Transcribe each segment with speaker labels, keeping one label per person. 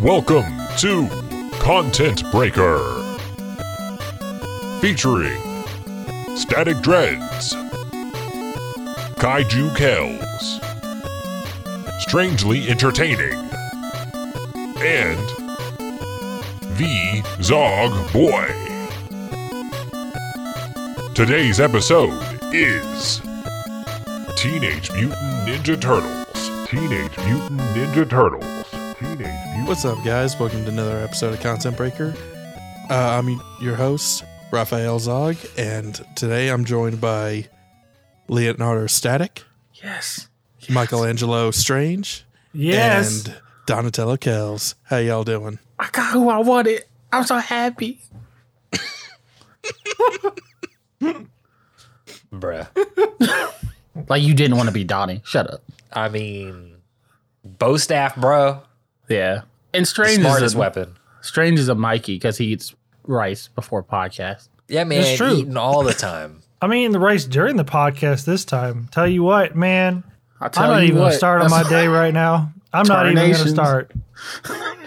Speaker 1: Welcome to Content Breaker. Featuring Static Dreads, Kaiju Kells, Strangely Entertaining, and The Zog Boy. Today's episode is Teenage Mutant Ninja Turtles. Teenage Mutant Ninja Turtles. Teenage Mutant.
Speaker 2: What's up, guys? Welcome to another episode of Content Breaker. Uh, I'm your host, Raphael Zog, and today I'm joined by Leonardo Static,
Speaker 3: Yes.
Speaker 2: Michelangelo Strange,
Speaker 3: Yes.
Speaker 2: and Donatello Kells. How y'all doing?
Speaker 3: I got who I wanted. I'm so happy.
Speaker 4: Bruh.
Speaker 5: Like you didn't want to be Donnie. Shut up.
Speaker 4: I mean, bow staff, bro.
Speaker 5: Yeah. And Strange is
Speaker 4: Smartest
Speaker 5: a,
Speaker 4: weapon.
Speaker 5: Strange is a Mikey because he eats rice before podcast.
Speaker 4: Yeah, man.
Speaker 6: It's true.
Speaker 4: Eating all the time.
Speaker 6: I'm eating the rice during the podcast this time. Tell you what, man,
Speaker 5: I
Speaker 6: I'm not even going to start on my
Speaker 5: that's-
Speaker 6: day right now. I'm not even going to
Speaker 5: Tarnations.
Speaker 6: start.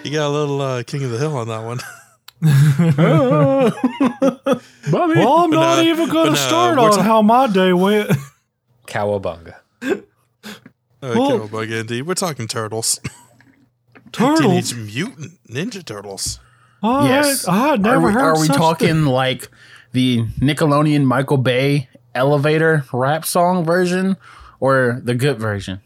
Speaker 2: You got a little uh, King of the Hill on that one.
Speaker 6: Well,
Speaker 2: But,
Speaker 6: I'm not
Speaker 2: uh,
Speaker 6: even going
Speaker 2: but, uh,
Speaker 6: to start
Speaker 2: we're
Speaker 6: on
Speaker 2: ta-
Speaker 6: how my day went.
Speaker 4: Cowabunga.
Speaker 2: Uh,
Speaker 6: Well-
Speaker 2: Cowabunga indeed. We're talking turtles.
Speaker 6: Turtles.
Speaker 2: Teenage Mutant Ninja Turtles.
Speaker 6: I,
Speaker 5: Yes.
Speaker 6: I had
Speaker 5: Are
Speaker 6: never
Speaker 5: we,
Speaker 6: heard
Speaker 5: are we
Speaker 6: such
Speaker 5: talking like the Nickelodeon Michael Bay elevator rap song version or the good version?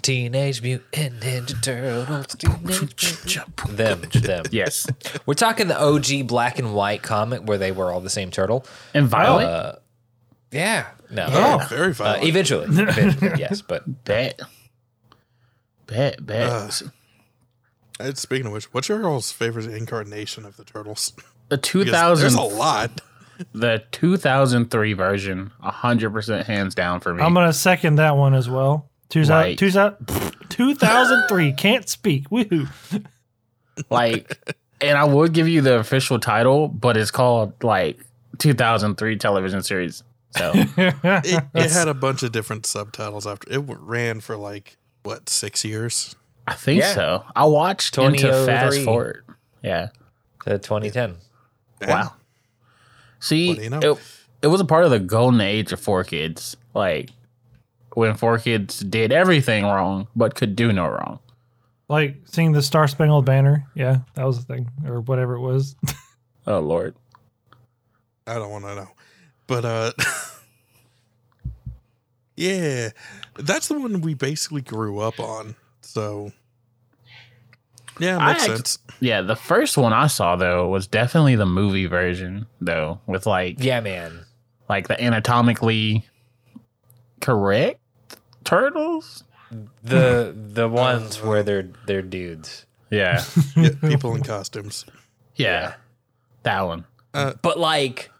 Speaker 4: Teenage Mutant Ninja Turtles. Teenage Mutant- them, them.
Speaker 5: Yes.
Speaker 4: We're talking the OG black and white comic where they were all the same turtle.
Speaker 5: And Violet?
Speaker 4: Uh, yeah. No.
Speaker 2: Oh, very
Speaker 4: Uh,
Speaker 2: violent.
Speaker 4: eventually, eventually, yes, but
Speaker 5: bet. Bet, bet.
Speaker 2: Uh. Uh, speaking of which, what's your girl's favorite incarnation of the turtles?
Speaker 5: the
Speaker 2: Because
Speaker 5: 2000
Speaker 2: There's a lot.
Speaker 5: the 2003 version 100% hands down for me.
Speaker 6: I'm going to second that one as well. 2000,
Speaker 5: Right.
Speaker 6: 2000 2003. Can't speak. Woohoo.
Speaker 5: like and i would give you the official title but it's called like 2003 television series so
Speaker 2: it, it had a bunch of different subtitles after it w- ran for like what six years
Speaker 5: i think
Speaker 4: Yeah.
Speaker 5: so i watched into
Speaker 4: 2003.
Speaker 5: fast forward yeah
Speaker 4: the 2010.
Speaker 5: wow see
Speaker 2: What do you know?
Speaker 5: it, it was a part of the golden age of four kids like when four kids did everything wrong but could do no wrong
Speaker 6: Like seeing the Star Spangled Banner. Yeah, that was the thing, or whatever it was.
Speaker 5: oh lord
Speaker 2: i don't want to know but uh yeah that's the one we basically grew up on so yeah
Speaker 5: I
Speaker 2: makes
Speaker 5: act-
Speaker 2: sense
Speaker 5: yeah the first one i saw though was definitely the movie version though with like
Speaker 4: Yeah, man.
Speaker 5: like the anatomically correct turtles.
Speaker 4: The the ones where they're they're dudes.
Speaker 5: Yeah,
Speaker 2: Yeah, people in costumes
Speaker 5: yeah, that one.
Speaker 4: but like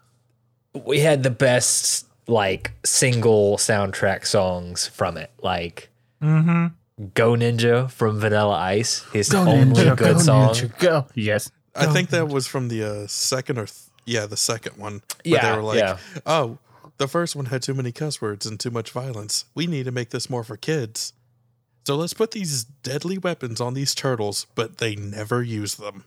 Speaker 4: we had the best like single soundtrack songs from it like
Speaker 6: Mm-hmm.
Speaker 4: go ninja from vanilla ice his only good song
Speaker 5: go. Yes,
Speaker 2: i think that was from the uh second or th- yeah the second one where
Speaker 4: Yeah,
Speaker 2: they were like
Speaker 4: yeah.
Speaker 2: oh the first one had too many cuss words and too much violence we need to make this more for kids so let's put these deadly weapons on these turtles but they never use them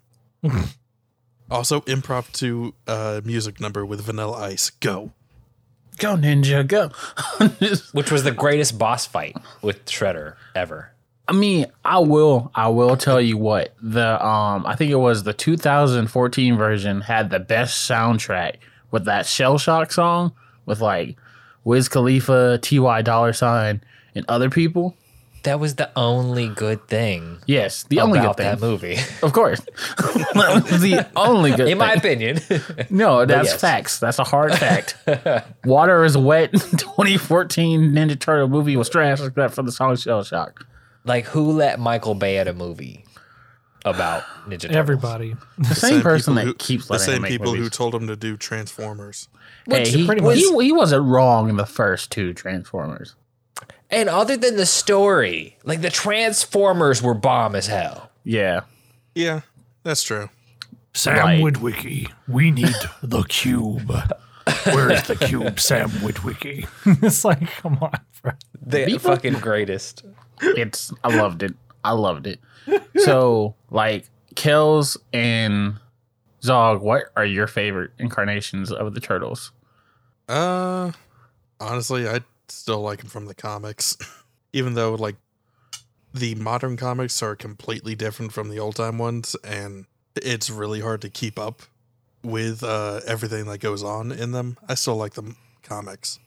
Speaker 2: also impromptu uh, music number with vanilla ice go
Speaker 5: go ninja go. Just-
Speaker 4: which was the greatest boss fight with shredder ever
Speaker 5: I mean, I will, I will tell you what the um, I think it was the 2014 version had the best soundtrack with that shell shock song with like Wiz Khalifa, Ty Dollar Sign, and other people.
Speaker 4: that was the only good thing
Speaker 5: Yes, the only good
Speaker 4: about
Speaker 5: thing,
Speaker 4: that movie
Speaker 5: of course. that was the only good.
Speaker 4: in my
Speaker 5: thing.
Speaker 4: opinion
Speaker 5: No, that's
Speaker 4: yes.
Speaker 5: facts. That's a hard fact. Water is wet. 2014 Ninja Turtle movie was trash except for the song Shell Shock.
Speaker 4: like who let michael bay at a movie about ninja turtles
Speaker 6: Everybody.
Speaker 5: The same, person that keeps
Speaker 2: the
Speaker 5: letting
Speaker 2: same
Speaker 5: him make
Speaker 2: people who
Speaker 5: movies.
Speaker 2: told him to do transformers
Speaker 5: Hey, he,
Speaker 6: pretty
Speaker 5: he, he wasn't wrong in the first two Transformers.
Speaker 4: and other than the story like the transformers were bomb as hell
Speaker 5: Yeah,
Speaker 2: yeah that's true
Speaker 7: Sam
Speaker 5: Right.
Speaker 7: Witwicky, we need the cube. Where is the cube, Sam Witwicky?
Speaker 6: it's like, come on, bro.
Speaker 4: the
Speaker 5: People-
Speaker 4: fucking greatest
Speaker 5: it's I loved it. I loved it. So like Kells and Zog, what are your favorite incarnations of the turtles?
Speaker 2: Uh, honestly, I still like him from the comics, even though like the modern comics are completely different from the old time ones, and it's really hard to keep up with uh, everything that goes on in them. I still like the m- comics.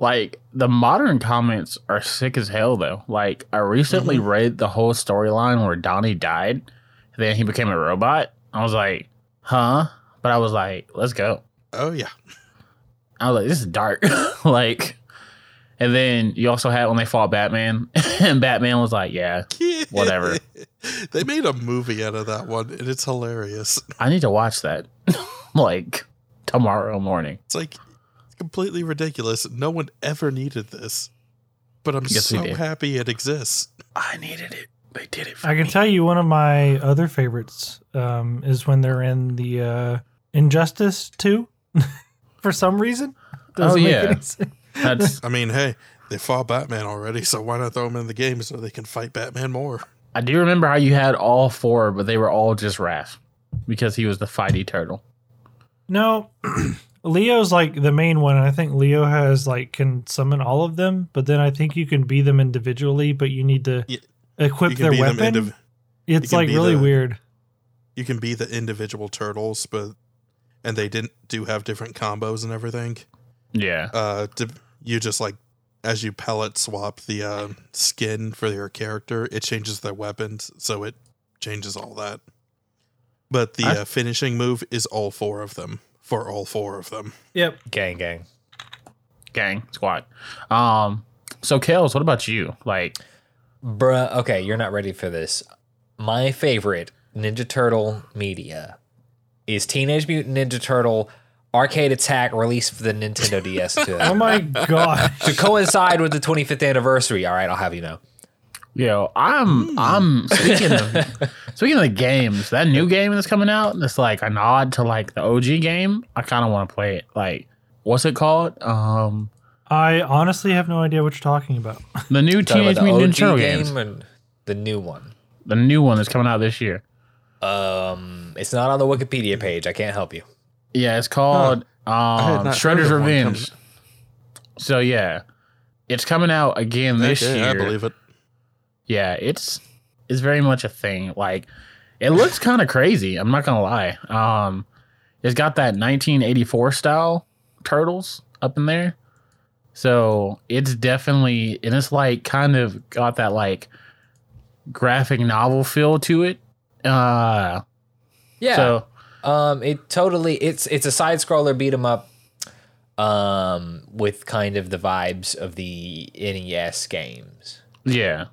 Speaker 5: Like the modern comments are sick as hell though. Like I recently read the whole storyline where Donnie died, then he became a robot. I was like, huh? But I was like, let's go.
Speaker 2: Oh yeah,
Speaker 5: I was like, this is dark. like and then you also had when they fought Batman and Batman was like, Yeah, Whatever.
Speaker 2: they made a movie out of that one, and it's hilarious.
Speaker 5: I need to watch that like tomorrow morning.
Speaker 2: It's like it's completely ridiculous. No one ever needed this, but I'm
Speaker 5: Yes, we
Speaker 2: so
Speaker 5: did.
Speaker 2: happy it exists.
Speaker 5: I needed it. They did it for
Speaker 6: I can tell you one of my other favorites um, is when they're in the uh, Injustice 2 for some reason.
Speaker 5: Oh, yeah.
Speaker 6: sense.
Speaker 5: That's
Speaker 2: I mean, hey, they fought Batman already, so why not throw him in the game so they can fight Batman more?
Speaker 5: I do remember how you had all four, but they were all just Raph because he was the fighty turtle.
Speaker 6: No, Leo's like the main one. and I think Leo has like can summon all of them, but then I think you can be them individually, but you need to
Speaker 2: Yeah.
Speaker 6: equip their
Speaker 2: be
Speaker 6: weapon.
Speaker 2: indiv-
Speaker 6: it's
Speaker 2: can
Speaker 6: like
Speaker 2: be
Speaker 6: really
Speaker 2: the-
Speaker 6: weird.
Speaker 2: you can be the individual turtles, but and they didn't do have different combos and everything.
Speaker 5: Yeah.
Speaker 2: Uh, to, you just like as you pellet swap the uh, skin for your character, it changes their weapons, so it changes all that. But the
Speaker 5: I-
Speaker 2: uh, finishing move is all four of them for all four of them.
Speaker 6: Yep.
Speaker 4: Gang, gang.
Speaker 5: Gang squad. Um. So Kels, what about you? Like,
Speaker 4: Bruh, okay, you're not ready for this. My favorite Ninja Turtle media is Teenage Mutant Ninja Turtle Arcade Attack released for the Nintendo DS
Speaker 6: Oh
Speaker 4: to,
Speaker 6: my gosh.
Speaker 4: to coincide with the 25th anniversary. All right, I'll have you know.
Speaker 5: yo, I'm I'm speaking of speaking of the games. That new game that's coming out. That's like a nod to like the OG game. I kind of want to play it. Like, what's it called? Um,
Speaker 6: I honestly have no idea what you're talking about.
Speaker 5: the new
Speaker 4: Talking about
Speaker 5: Teenage Mutant Ninja
Speaker 4: OG
Speaker 5: Turtle games.
Speaker 4: and the new one.
Speaker 5: The new one that's coming out this year.
Speaker 4: Um, it's not on the Wikipedia page. I can't help you.
Speaker 5: Yeah, it's called
Speaker 2: had
Speaker 5: um,
Speaker 2: not heard
Speaker 5: Shredder's
Speaker 2: of one
Speaker 5: Revenge. So yeah, it's coming out again this
Speaker 2: Okay,
Speaker 5: year.
Speaker 2: I believe it.
Speaker 5: Yeah, it's it's very much a thing. Like it looks kind of crazy. I'm not gonna lie. Um, it's got that 1984 style turtles up in there. So it's definitely and it's like kind of got that like graphic novel feel to it. Uh,
Speaker 4: Yeah.
Speaker 5: so
Speaker 4: Um, it totally it's it's a side scroller beat 'em up, um, with kind of the vibes of the NES games.
Speaker 5: yeah,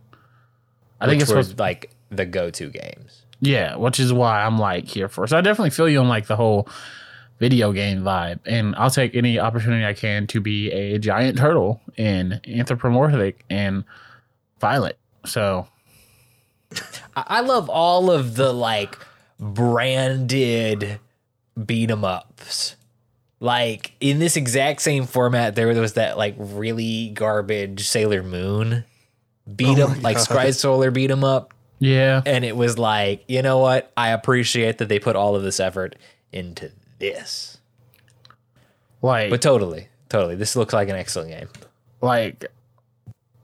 Speaker 5: I think
Speaker 4: which
Speaker 5: it's
Speaker 4: were,
Speaker 5: supposed
Speaker 4: like the go-to games.
Speaker 5: Yeah, which is why I'm like here for. So I definitely feel you on like the whole video game vibe, and I'll take any opportunity I can to be a giant turtle and anthropomorphic and violent. So
Speaker 4: I, I love all of the like branded beat 'em ups. Like in this exact same format, there was that like really garbage Sailor Moon beat
Speaker 5: Oh
Speaker 4: 'em
Speaker 2: my
Speaker 4: like
Speaker 2: God.
Speaker 4: Scry Solar beat 'em up.
Speaker 5: yeah,
Speaker 4: and it was like, you know what? I appreciate that they put all of this effort into this.
Speaker 5: like
Speaker 4: But totally, totally, this looks like an excellent game.
Speaker 5: like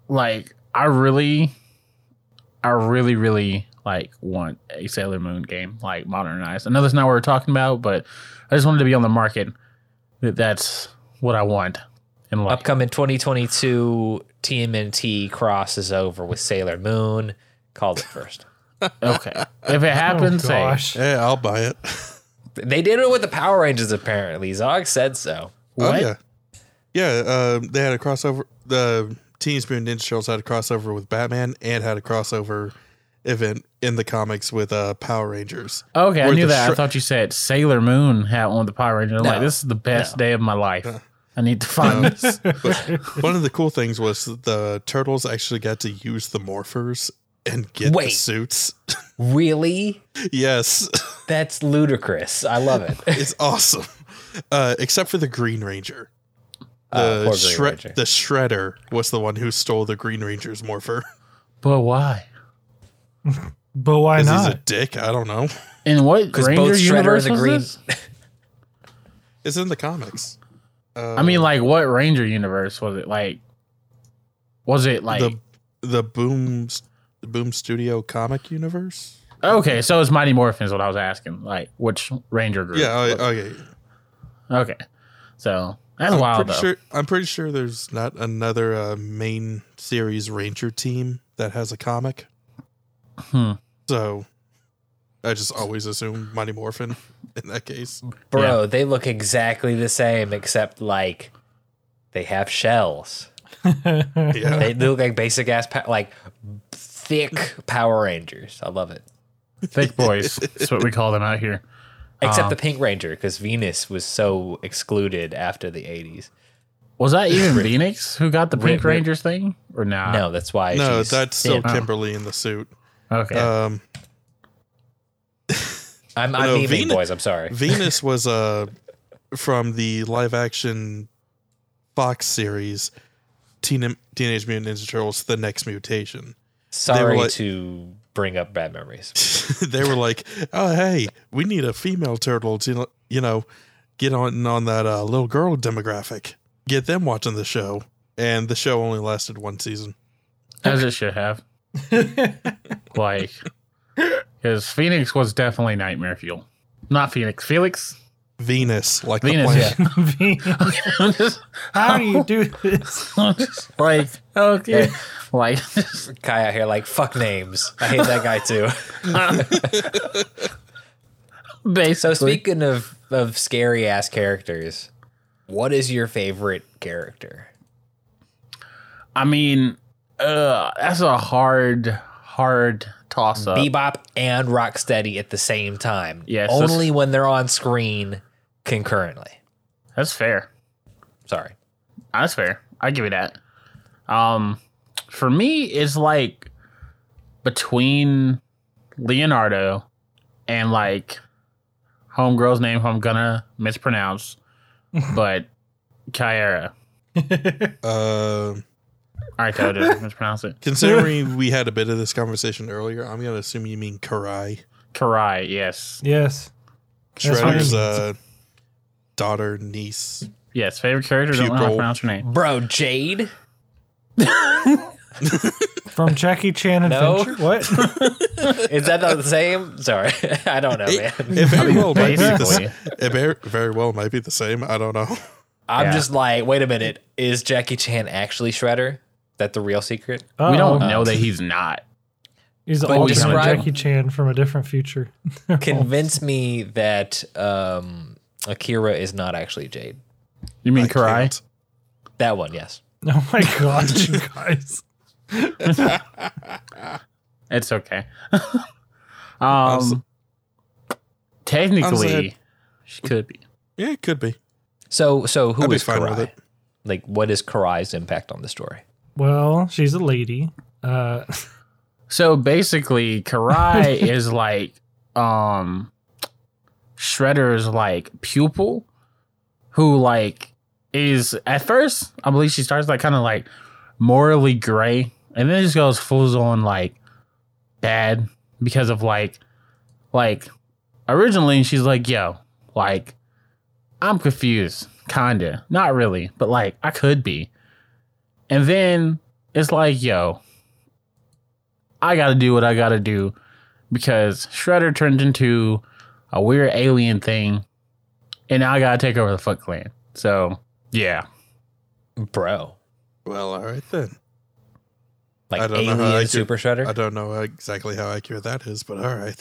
Speaker 5: like I really, I really really like want a Sailor Moon game like modernized. I know that's not what we're talking about, but I just wanted to be on the market. That that's what I want. in life.
Speaker 4: Upcoming 2022 TMNT crosses over with Sailor Moon. Called it first.
Speaker 5: Okay. If it happens, hey,
Speaker 6: Oh Gosh.
Speaker 2: Yeah, I'll buy it.
Speaker 4: they did it with the Power Rangers, apparently. Zog said so.
Speaker 2: Oh
Speaker 5: What?
Speaker 2: yeah, yeah. Um, they had a crossover. The Teenage Mutant Ninja Turtles had a crossover with Batman, and had a crossover event in the comics with uh, Power Rangers.
Speaker 5: okay, I
Speaker 2: Where
Speaker 5: knew
Speaker 2: the
Speaker 5: that. I
Speaker 2: shri-
Speaker 5: thought you said Sailor Moon had one of the Power Rangers. I'm
Speaker 4: No.
Speaker 5: like, this is the best day of my life. I need to find
Speaker 2: Um,
Speaker 5: this.
Speaker 2: but one of the cool things was that the turtles actually got to use the morphers and get the
Speaker 4: Wait.
Speaker 2: suits.
Speaker 4: Really?
Speaker 2: yes,
Speaker 4: That's ludicrous. I love it.
Speaker 2: it's awesome. Uh, except for the Green Ranger. The,
Speaker 4: Uh, poor Green
Speaker 2: shred-
Speaker 4: Ranger.
Speaker 2: the Shredder was the one who stole the Green Ranger's morpher.
Speaker 5: But why?
Speaker 6: But why
Speaker 2: Because he's a
Speaker 6: not?
Speaker 2: dick. I don't know.
Speaker 5: In what
Speaker 4: Because
Speaker 5: Ranger
Speaker 4: both Shredder
Speaker 5: universe
Speaker 4: and the
Speaker 5: was
Speaker 4: Green.
Speaker 5: this?
Speaker 2: It's in the comics. Uh,
Speaker 5: I mean, like, what Ranger universe was it? Like, was it like?
Speaker 2: the the Boom the Boom Studio comic universe.
Speaker 5: okay, so it's Mighty Morphin is what I was asking. Like, which Ranger group?
Speaker 2: Yeah. Oh, oh, yeah. yeah.
Speaker 5: Okay, so that's
Speaker 2: I'm
Speaker 5: wild though.
Speaker 2: Pretty sure, I'm pretty sure there's not another uh, main series Ranger team that has a comic.
Speaker 5: Hmm.
Speaker 2: So I just always assume Mighty Morphin in that case.
Speaker 4: Bro, they look exactly the same except like they have shells.
Speaker 2: Yeah.
Speaker 4: They, they look like basic ass, pa- like thick Power Rangers. I love it.
Speaker 5: Thick boys. That's what we call them out here.
Speaker 4: Except
Speaker 5: Um,
Speaker 4: the Pink Ranger, because Venus was so excluded after the 80s.
Speaker 5: Was that even Phoenix who got the Pink
Speaker 4: Rip- rip.
Speaker 5: Rangers thing? Or nah?
Speaker 4: no, that's why.
Speaker 2: no,
Speaker 4: she's
Speaker 2: that's still
Speaker 4: thin.
Speaker 5: Oh.
Speaker 2: Kimberly in the suit.
Speaker 5: Okay.
Speaker 2: Um,
Speaker 4: I'm, I'm
Speaker 2: no,
Speaker 4: memeing,
Speaker 2: Venus-
Speaker 4: boys. I'm sorry.
Speaker 2: Venus was uh, from the live action Fox series Teen- Teenage Mutant Ninja Turtles The Next Mutation.
Speaker 4: Sorry
Speaker 2: like-
Speaker 4: to bring up bad memories.
Speaker 2: they were like, "Oh, hey, we need a female turtle to you know get on on that uh, little girl demographic. Get them watching the show." And the show only lasted one season.
Speaker 5: As it should have. like, because Phoenix was definitely nightmare fuel. Not Phoenix, Felix.
Speaker 2: Venus, like
Speaker 5: Venus,
Speaker 2: the planet.
Speaker 5: yeah. I'm just,
Speaker 6: How do you do this?
Speaker 5: I'm just like, okay. Like,
Speaker 4: Kai out here, like, fuck names. I hate that guy too.
Speaker 5: basically.
Speaker 4: So, speaking of, of scary ass characters, what is your favorite character?
Speaker 5: I mean, uh, that's a hard, hard toss up.
Speaker 4: Bebop and Rocksteady at the same time.
Speaker 5: Yes, that's-
Speaker 4: Only when they're on screen concurrently.
Speaker 5: That's fair.
Speaker 4: Sorry.
Speaker 5: Ah, That's fair. I give you that. Um, for me, it's like between Leonardo and like homegirl's name, who I'm gonna mispronounce, but Kyra.
Speaker 2: Uh,
Speaker 5: All right, I did mispronounce it.
Speaker 2: considering we had a bit of this conversation earlier, I'm gonna assume you mean Karai,
Speaker 5: Karai, yes,
Speaker 6: yes. That's what I
Speaker 2: Shredder's
Speaker 6: mean.
Speaker 2: uh, daughter, niece.
Speaker 5: yes. Favorite character. Don't know how to
Speaker 2: Pupil.
Speaker 5: pronounce her name.
Speaker 4: Bro, Jade?
Speaker 6: From Jackie Chan
Speaker 4: No.
Speaker 6: Adventure? What?
Speaker 4: Is that not the same? Sorry. I don't know,
Speaker 2: It,
Speaker 4: man.
Speaker 2: it very well might be the
Speaker 5: Basically,
Speaker 2: same. It very, very well might be the same. I don't know.
Speaker 4: I'm
Speaker 5: Yeah.
Speaker 4: just like, wait a minute. Is Jackie Chan actually Shredder? Is that the real secret?
Speaker 5: we
Speaker 6: Uh-oh.
Speaker 5: don't know that he's not.
Speaker 6: Oh, He's
Speaker 4: But
Speaker 6: always been
Speaker 4: describe-
Speaker 6: Jackie Chan from a different future.
Speaker 4: Convince me that um, Akira is not actually Jade.
Speaker 5: You mean
Speaker 2: I
Speaker 5: Karai?
Speaker 2: can't.
Speaker 4: That one, yes.
Speaker 6: Oh my god, you guys.
Speaker 5: It's okay.
Speaker 2: s-
Speaker 5: um, technically,
Speaker 2: sad.
Speaker 5: she could be.
Speaker 2: Yeah, it could be.
Speaker 4: So, so
Speaker 2: I'd
Speaker 4: who
Speaker 2: be
Speaker 4: is
Speaker 2: fine with
Speaker 4: Karai?
Speaker 2: it.
Speaker 4: Like, what is Karai's impact on the story?
Speaker 6: Well, she's a lady. Uh,
Speaker 5: So basically, Karai is like um Shredder's like pupil who like is at first, I believe she starts like kind of like morally gray and then just goes full on like bad because of like like originally she's like, yo, like I'm confused, kinda. Not really, but like I could be. And then it's like, yo, I gotta do what I gotta do because Shredder turned into a weird alien thing, and now I gotta take over the Foot Clan. So yeah,
Speaker 4: Bro.
Speaker 2: Well, all right then. I
Speaker 4: Like,
Speaker 2: don't know how I
Speaker 4: alien
Speaker 2: could-
Speaker 4: super Shredder?
Speaker 2: I don't know exactly how accurate that is, but all right.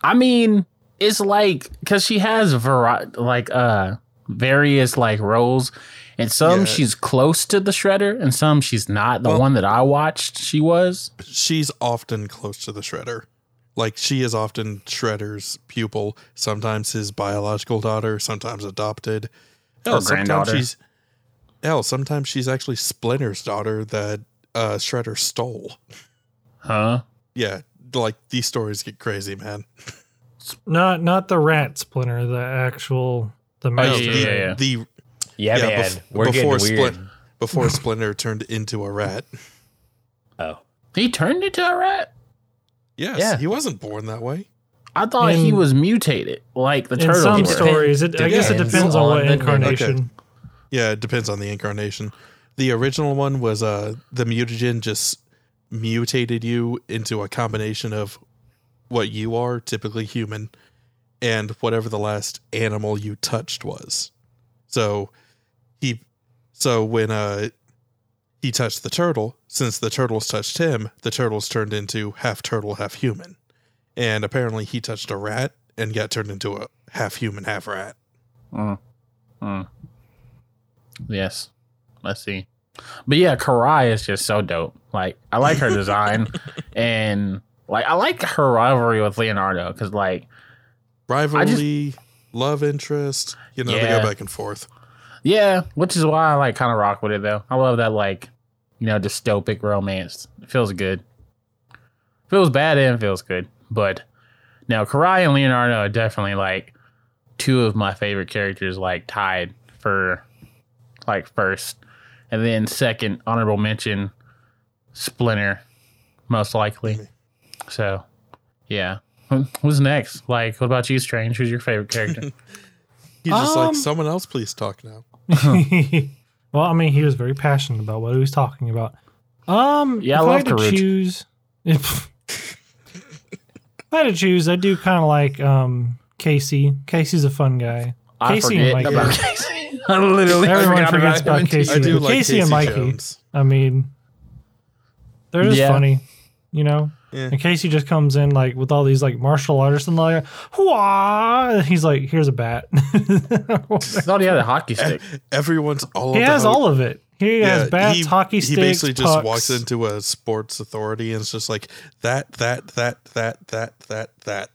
Speaker 5: I mean it's like because she has vari- like uh various like roles, and some
Speaker 2: Yeah.
Speaker 5: she's close to the Shredder, and some she's not. The
Speaker 2: Well-
Speaker 5: one that I watched, she was.
Speaker 2: She's often close to the shredder. Like she is often Shredder's pupil, sometimes his biological daughter, sometimes adopted.
Speaker 4: Oh,
Speaker 5: Or granddaughter.
Speaker 2: Sometimes she's, hell, sometimes she's actually Splinter's daughter that uh, Shredder stole.
Speaker 5: Huh?
Speaker 2: Yeah, like these stories get crazy, man.
Speaker 6: not not the rat splinter, the actual the
Speaker 5: Oh, yeah,
Speaker 6: master.
Speaker 5: yeah,
Speaker 2: the,
Speaker 5: yeah, yeah.
Speaker 2: the
Speaker 4: yeah,
Speaker 2: yeah,
Speaker 4: man.
Speaker 2: bef-
Speaker 4: we're getting
Speaker 2: before
Speaker 4: weird.
Speaker 2: Splin- before Splinter turned into a rat.
Speaker 4: Oh.
Speaker 5: He turned into a rat.
Speaker 2: Yes,
Speaker 4: Yeah.
Speaker 2: he wasn't born that way.
Speaker 5: I thought he
Speaker 6: In-
Speaker 5: was mutated, like the
Speaker 6: In
Speaker 5: turtles.
Speaker 6: some
Speaker 5: were.
Speaker 4: story-
Speaker 6: stories, it, I guess it
Speaker 4: depends
Speaker 6: depends on
Speaker 4: on
Speaker 6: what
Speaker 4: the-
Speaker 6: incarnation.
Speaker 2: Yeah, it depends on the incarnation. The original one was uh the mutagen just mutated you into a combination of what you are, typically human, and whatever the last animal you touched was. So he so when uh he touched the turtle, since the turtles touched him, the turtles turned into half turtle, half human. And apparently he touched a rat and got turned into a half human, half rat.
Speaker 5: Mm. Mm. Yes. Let's see. But yeah, Karai is just so dope. Like I like her design and like I like her rivalry with Leonardo cuz like
Speaker 2: rivalry, love interest. You know, they
Speaker 5: Yeah.
Speaker 2: go back and forth.
Speaker 5: yeah, which is why I like kind of rock with it though. I love that like you know dystopic romance. It feels good. Feels bad and feels good. But now Karai and Leonardo are definitely like two of my favorite characters like tied for like first and then second honorable mention Splinter most likely. So, yeah. Who's next? Like, what about you, Strange? Who's your favorite character?
Speaker 2: He's just
Speaker 6: Um,
Speaker 2: like someone else. Please talk now.
Speaker 6: well, I mean, he was very passionate about what he was talking about. Um,
Speaker 5: Yeah, I
Speaker 6: if
Speaker 5: love
Speaker 6: had to
Speaker 5: Karuj.
Speaker 6: choose, if, if I had to choose, I do kind of like um Casey. Casey's a fun guy.
Speaker 5: I
Speaker 6: Casey
Speaker 5: forget
Speaker 6: and Mikey.
Speaker 5: about
Speaker 4: Casey.
Speaker 5: I literally
Speaker 6: Everyone
Speaker 5: forgot
Speaker 6: forgets
Speaker 5: about
Speaker 6: about
Speaker 5: him.
Speaker 6: Casey.
Speaker 2: I do
Speaker 6: Casey
Speaker 2: like Casey,
Speaker 6: and Mikey.
Speaker 2: Jones.
Speaker 6: I mean, they're just
Speaker 5: Yeah.
Speaker 6: funny, you know.
Speaker 2: Yeah.
Speaker 6: And Casey just comes in like with all these like martial artists and like, Hua! and he's like, "Here's a bat."
Speaker 5: I thought he had a hockey stick.
Speaker 2: Everyone's all.
Speaker 6: he has
Speaker 2: about-
Speaker 6: all of it. He has bats,
Speaker 2: he-
Speaker 6: hockey sticks.
Speaker 2: He basically just
Speaker 6: pucks.
Speaker 2: walks into a sports authority and it's just like that, that, that, that, that, that, that.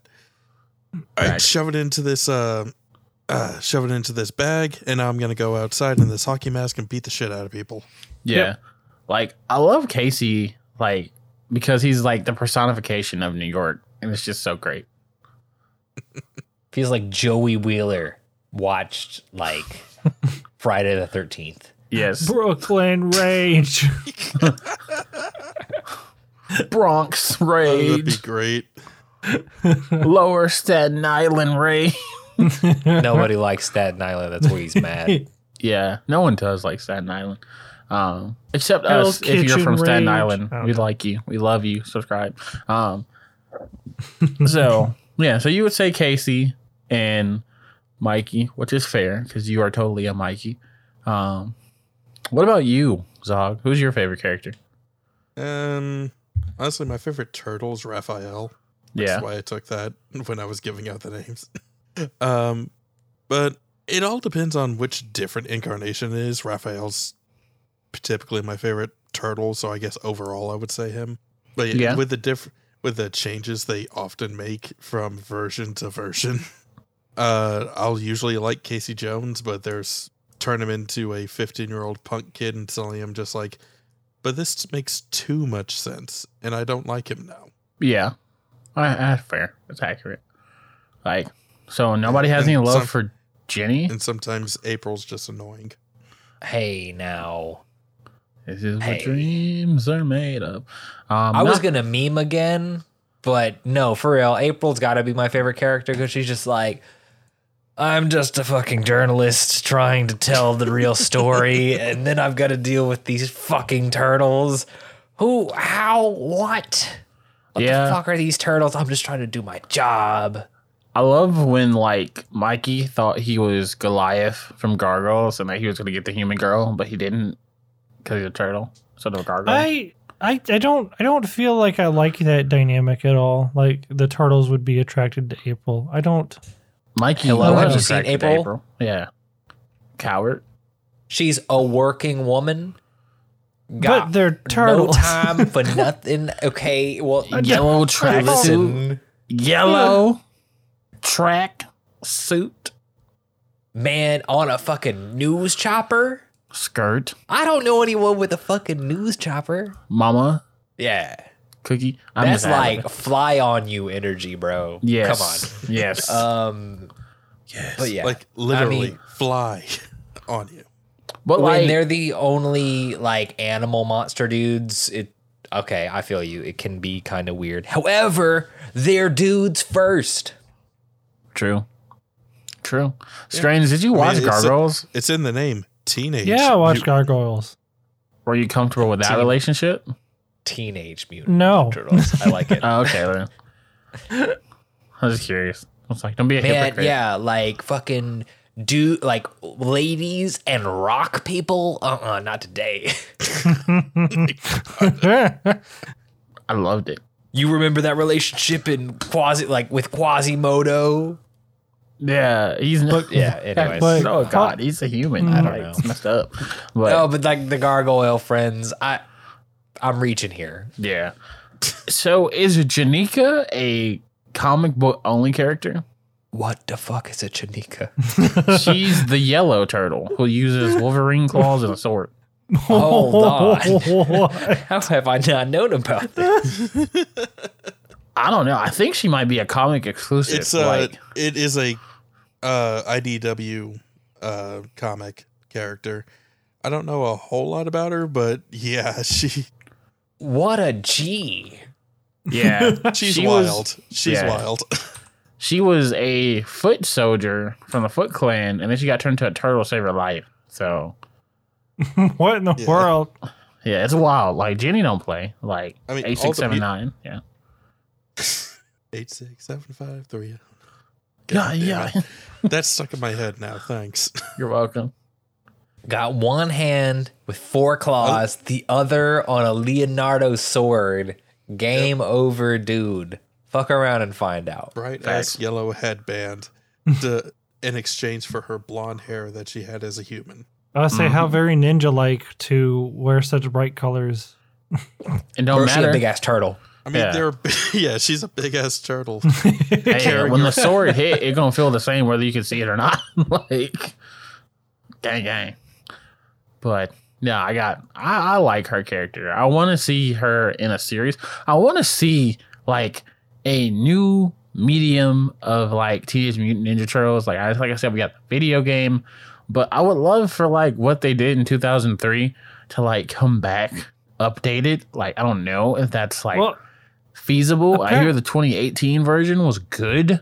Speaker 2: I
Speaker 5: Right.
Speaker 2: shove it into this. Uh, uh, shove it into this bag, and now I'm gonna go outside in this hockey mask and beat the shit out of people.
Speaker 5: Yeah. Like I love Casey, like because he's like the personification of New York, and it's just so great.
Speaker 4: Feels like Joey Wheeler watched like Friday the Thirteenth.
Speaker 5: Yes,
Speaker 6: Brooklyn Rage.
Speaker 5: Bronx
Speaker 2: Oh, that'd be
Speaker 5: rage,
Speaker 2: great.
Speaker 5: Lower Staten Island rage.
Speaker 4: Nobody likes Staten Island. That's where he's mad.
Speaker 5: Yeah, no one does like Staten Island, um, except us.
Speaker 6: Hell's
Speaker 5: If you're
Speaker 6: Kitchen
Speaker 5: from Staten
Speaker 6: rage.
Speaker 5: Island,
Speaker 6: Oh.
Speaker 5: we like you. We love you. Subscribe. Um, so yeah, so you would say Casey and Mikey, which is fair because you are totally a Mikey. Um, what about you, Zog? Who's your favorite character?
Speaker 2: Um, honestly, my favorite turtle's Raphael.
Speaker 5: Yeah.
Speaker 2: That's why I took that when I was giving out the names. um, but it all depends on which different incarnation it is. Raphael's typically my favorite turtle, so I guess overall I would say him. But yeah,
Speaker 5: Yeah.
Speaker 2: with the diff with the changes they often make from version to version, uh, I'll usually like Casey Jones, but there's turn him into a 15 year old punk kid and suddenly I'm just like, but this makes too much sense, and I don't like him now.
Speaker 5: Yeah. I, that's fair. That's accurate. Like, so nobody has any
Speaker 2: And
Speaker 5: love
Speaker 2: some-
Speaker 5: for Jenny.
Speaker 2: And sometimes April's just annoying.
Speaker 4: hey, now
Speaker 5: This is what
Speaker 4: Hey.
Speaker 5: dreams are made of. Um,
Speaker 4: I was
Speaker 5: not-
Speaker 4: gonna meme again, but no, for real. April's got to be my favorite character because she's just like, I'm just a fucking journalist trying to tell the real story, and then I've got to deal with these fucking turtles. Who? How? What? What
Speaker 5: Yeah.
Speaker 4: the fuck are these turtles? I'm just trying to do my job.
Speaker 5: I love when like Mikey thought he was Goliath from Gargoyles and that he was gonna get the human girl, but he didn't because he's a turtle. So no gargoyle.
Speaker 6: I, I I don't I don't feel like I like that dynamic at all. Like the turtles would be attracted to April. I don't.
Speaker 5: Mikey,
Speaker 4: Hello,
Speaker 5: was
Speaker 6: have you
Speaker 4: seen
Speaker 5: attracted to
Speaker 4: April?
Speaker 5: Yeah, coward.
Speaker 4: She's a working woman.
Speaker 6: but they're
Speaker 4: No
Speaker 6: turtles.
Speaker 4: time for nothing. Okay. Well,
Speaker 5: Yellow track suit.
Speaker 4: listen,
Speaker 5: Yellow track suit
Speaker 4: man, on a fucking news chopper.
Speaker 5: skirt.
Speaker 4: I don't know anyone with a fucking news chopper.
Speaker 5: Mama
Speaker 4: Yeah.
Speaker 5: cookie. I'm
Speaker 4: That's
Speaker 5: just adding
Speaker 4: like fly on you energy, bro.
Speaker 5: it. yes,
Speaker 4: Come
Speaker 5: yes.
Speaker 4: on. Um, But yeah.
Speaker 2: Like literally
Speaker 4: mean-
Speaker 2: fly on you.
Speaker 5: but
Speaker 4: when
Speaker 5: like
Speaker 4: they're the only like animal monster dudes, it okay, I feel you. It can be kind of weird. However, they're dudes first.
Speaker 5: True. True. Strange. Did you watch
Speaker 2: it's a-
Speaker 5: Gargoyles?
Speaker 2: It's in the name. Teenage.
Speaker 6: Yeah, I watch
Speaker 2: Mutant-
Speaker 6: Gargoyles.
Speaker 5: Were you comfortable with that
Speaker 4: Team.
Speaker 5: relationship?
Speaker 4: Teenage mutant
Speaker 6: No.
Speaker 4: turtles. I like it.
Speaker 5: Oh, okay. then. I was just curious. I was like, don't be a
Speaker 4: Man,
Speaker 5: hypocrite.
Speaker 4: yeah, like fucking dude, like ladies and rock people. Uh uh not today.
Speaker 5: I loved it.
Speaker 4: you remember that relationship in quasi, like with Quasimodo?
Speaker 5: Yeah, he's not.
Speaker 4: Yeah, anyways.
Speaker 6: but-
Speaker 5: oh God, he's a human. I don't know. It's messed up. But
Speaker 4: no, but like the gargoyle friends, I, I'm reaching here.
Speaker 5: yeah. So is Janika a comic book only character?
Speaker 4: What the fuck is a Chanika?
Speaker 5: She's the yellow turtle who uses Wolverine claws and a sword.
Speaker 4: Hold on.
Speaker 6: What?
Speaker 4: How have I not known about this?
Speaker 5: I don't know. I think she might be a comic exclusive.
Speaker 2: It's uh,
Speaker 5: like
Speaker 2: it is a uh, IDW uh, comic character. I don't know a whole lot about her, but yeah, she
Speaker 4: What a G.
Speaker 5: yeah,
Speaker 2: she's
Speaker 5: She was-
Speaker 2: wild. she's
Speaker 5: yeah.
Speaker 2: wild.
Speaker 5: she was a foot soldier from the Foot Clan, and then she got turned to a turtle to save her life. So
Speaker 6: what in the
Speaker 2: Yeah.
Speaker 6: world?
Speaker 5: yeah, it's wild. Like Jenny don't play. Like
Speaker 2: I mean,
Speaker 5: eight
Speaker 2: all
Speaker 5: six
Speaker 2: the mu-
Speaker 5: seven nine. Yeah.
Speaker 2: Eight six seven five three.
Speaker 5: Yeah,
Speaker 2: God damn
Speaker 5: yeah.
Speaker 2: it. That's stuck in my head now. Thanks.
Speaker 5: You're welcome.
Speaker 4: Got one hand with four claws, the other on a Leonardo sword. Game over, dude. Fuck around and find out.
Speaker 2: Bright
Speaker 5: Facts.
Speaker 2: ass yellow headband to, in exchange for her blonde hair that she had as a human.
Speaker 6: I say how
Speaker 4: Mm-hmm.
Speaker 6: very ninja like to wear such bright colors.
Speaker 5: It don't
Speaker 4: Or she a
Speaker 5: matter.
Speaker 4: big ass turtle.
Speaker 2: I mean,
Speaker 5: Yeah.
Speaker 2: they're yeah, she's a big ass turtle.
Speaker 5: Hey,
Speaker 2: carrying
Speaker 5: when
Speaker 2: her-
Speaker 5: the sword hit, it gonna feel the same whether you can see it or not. like, dang, dang. But no, I got. I, I like her character. I want to see her in a series. I want to see like a new medium of like Teenage Mutant Ninja Turtles. Like I like I said, we got the video game, but I would love for like what they did in 2003 to like come back updated. Like I don't know if that's like
Speaker 6: Well,
Speaker 5: feasible. I
Speaker 6: Appar-
Speaker 5: hear the 2018 version was good.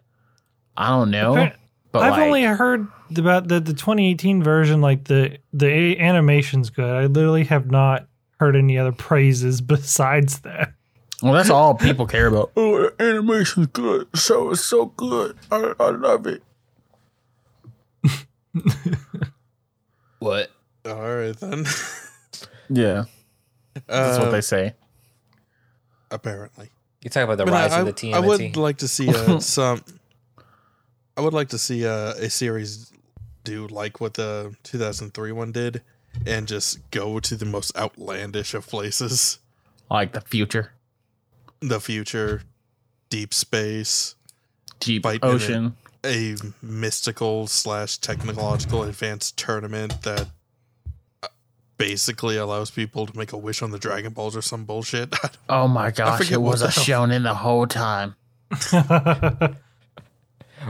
Speaker 5: I don't know,
Speaker 6: Appar-
Speaker 5: but
Speaker 6: I've
Speaker 5: like,
Speaker 6: only heard about the, the 2018 version, like the the a- animation's good. I literally have not heard any other praises besides that.
Speaker 5: well, that's all people care about.
Speaker 7: Oh, the animation's good. So it's so good. I, I love it.
Speaker 4: What?
Speaker 2: All right then.
Speaker 5: Yeah, that's what they
Speaker 2: Um,
Speaker 5: say.
Speaker 2: apparently.
Speaker 4: You talking about the
Speaker 2: But
Speaker 4: rise
Speaker 2: I,
Speaker 4: of the
Speaker 2: I- I
Speaker 4: TMNT?
Speaker 2: would like to see uh, some. I would like to see uh, a series do like what the 2003 one did, and just go to the most outlandish of places,
Speaker 5: Like the future,
Speaker 2: the future, deep space,
Speaker 5: deep
Speaker 2: Fight in it.
Speaker 5: ocean.
Speaker 2: a mystical slash technological advanced tournament that uh, basically allows people to make a wish on the Dragon Balls or some bullshit.
Speaker 5: Oh my gosh,
Speaker 2: forget
Speaker 5: it
Speaker 2: what
Speaker 5: was
Speaker 2: the
Speaker 5: a
Speaker 2: hell-
Speaker 5: shonen the whole time.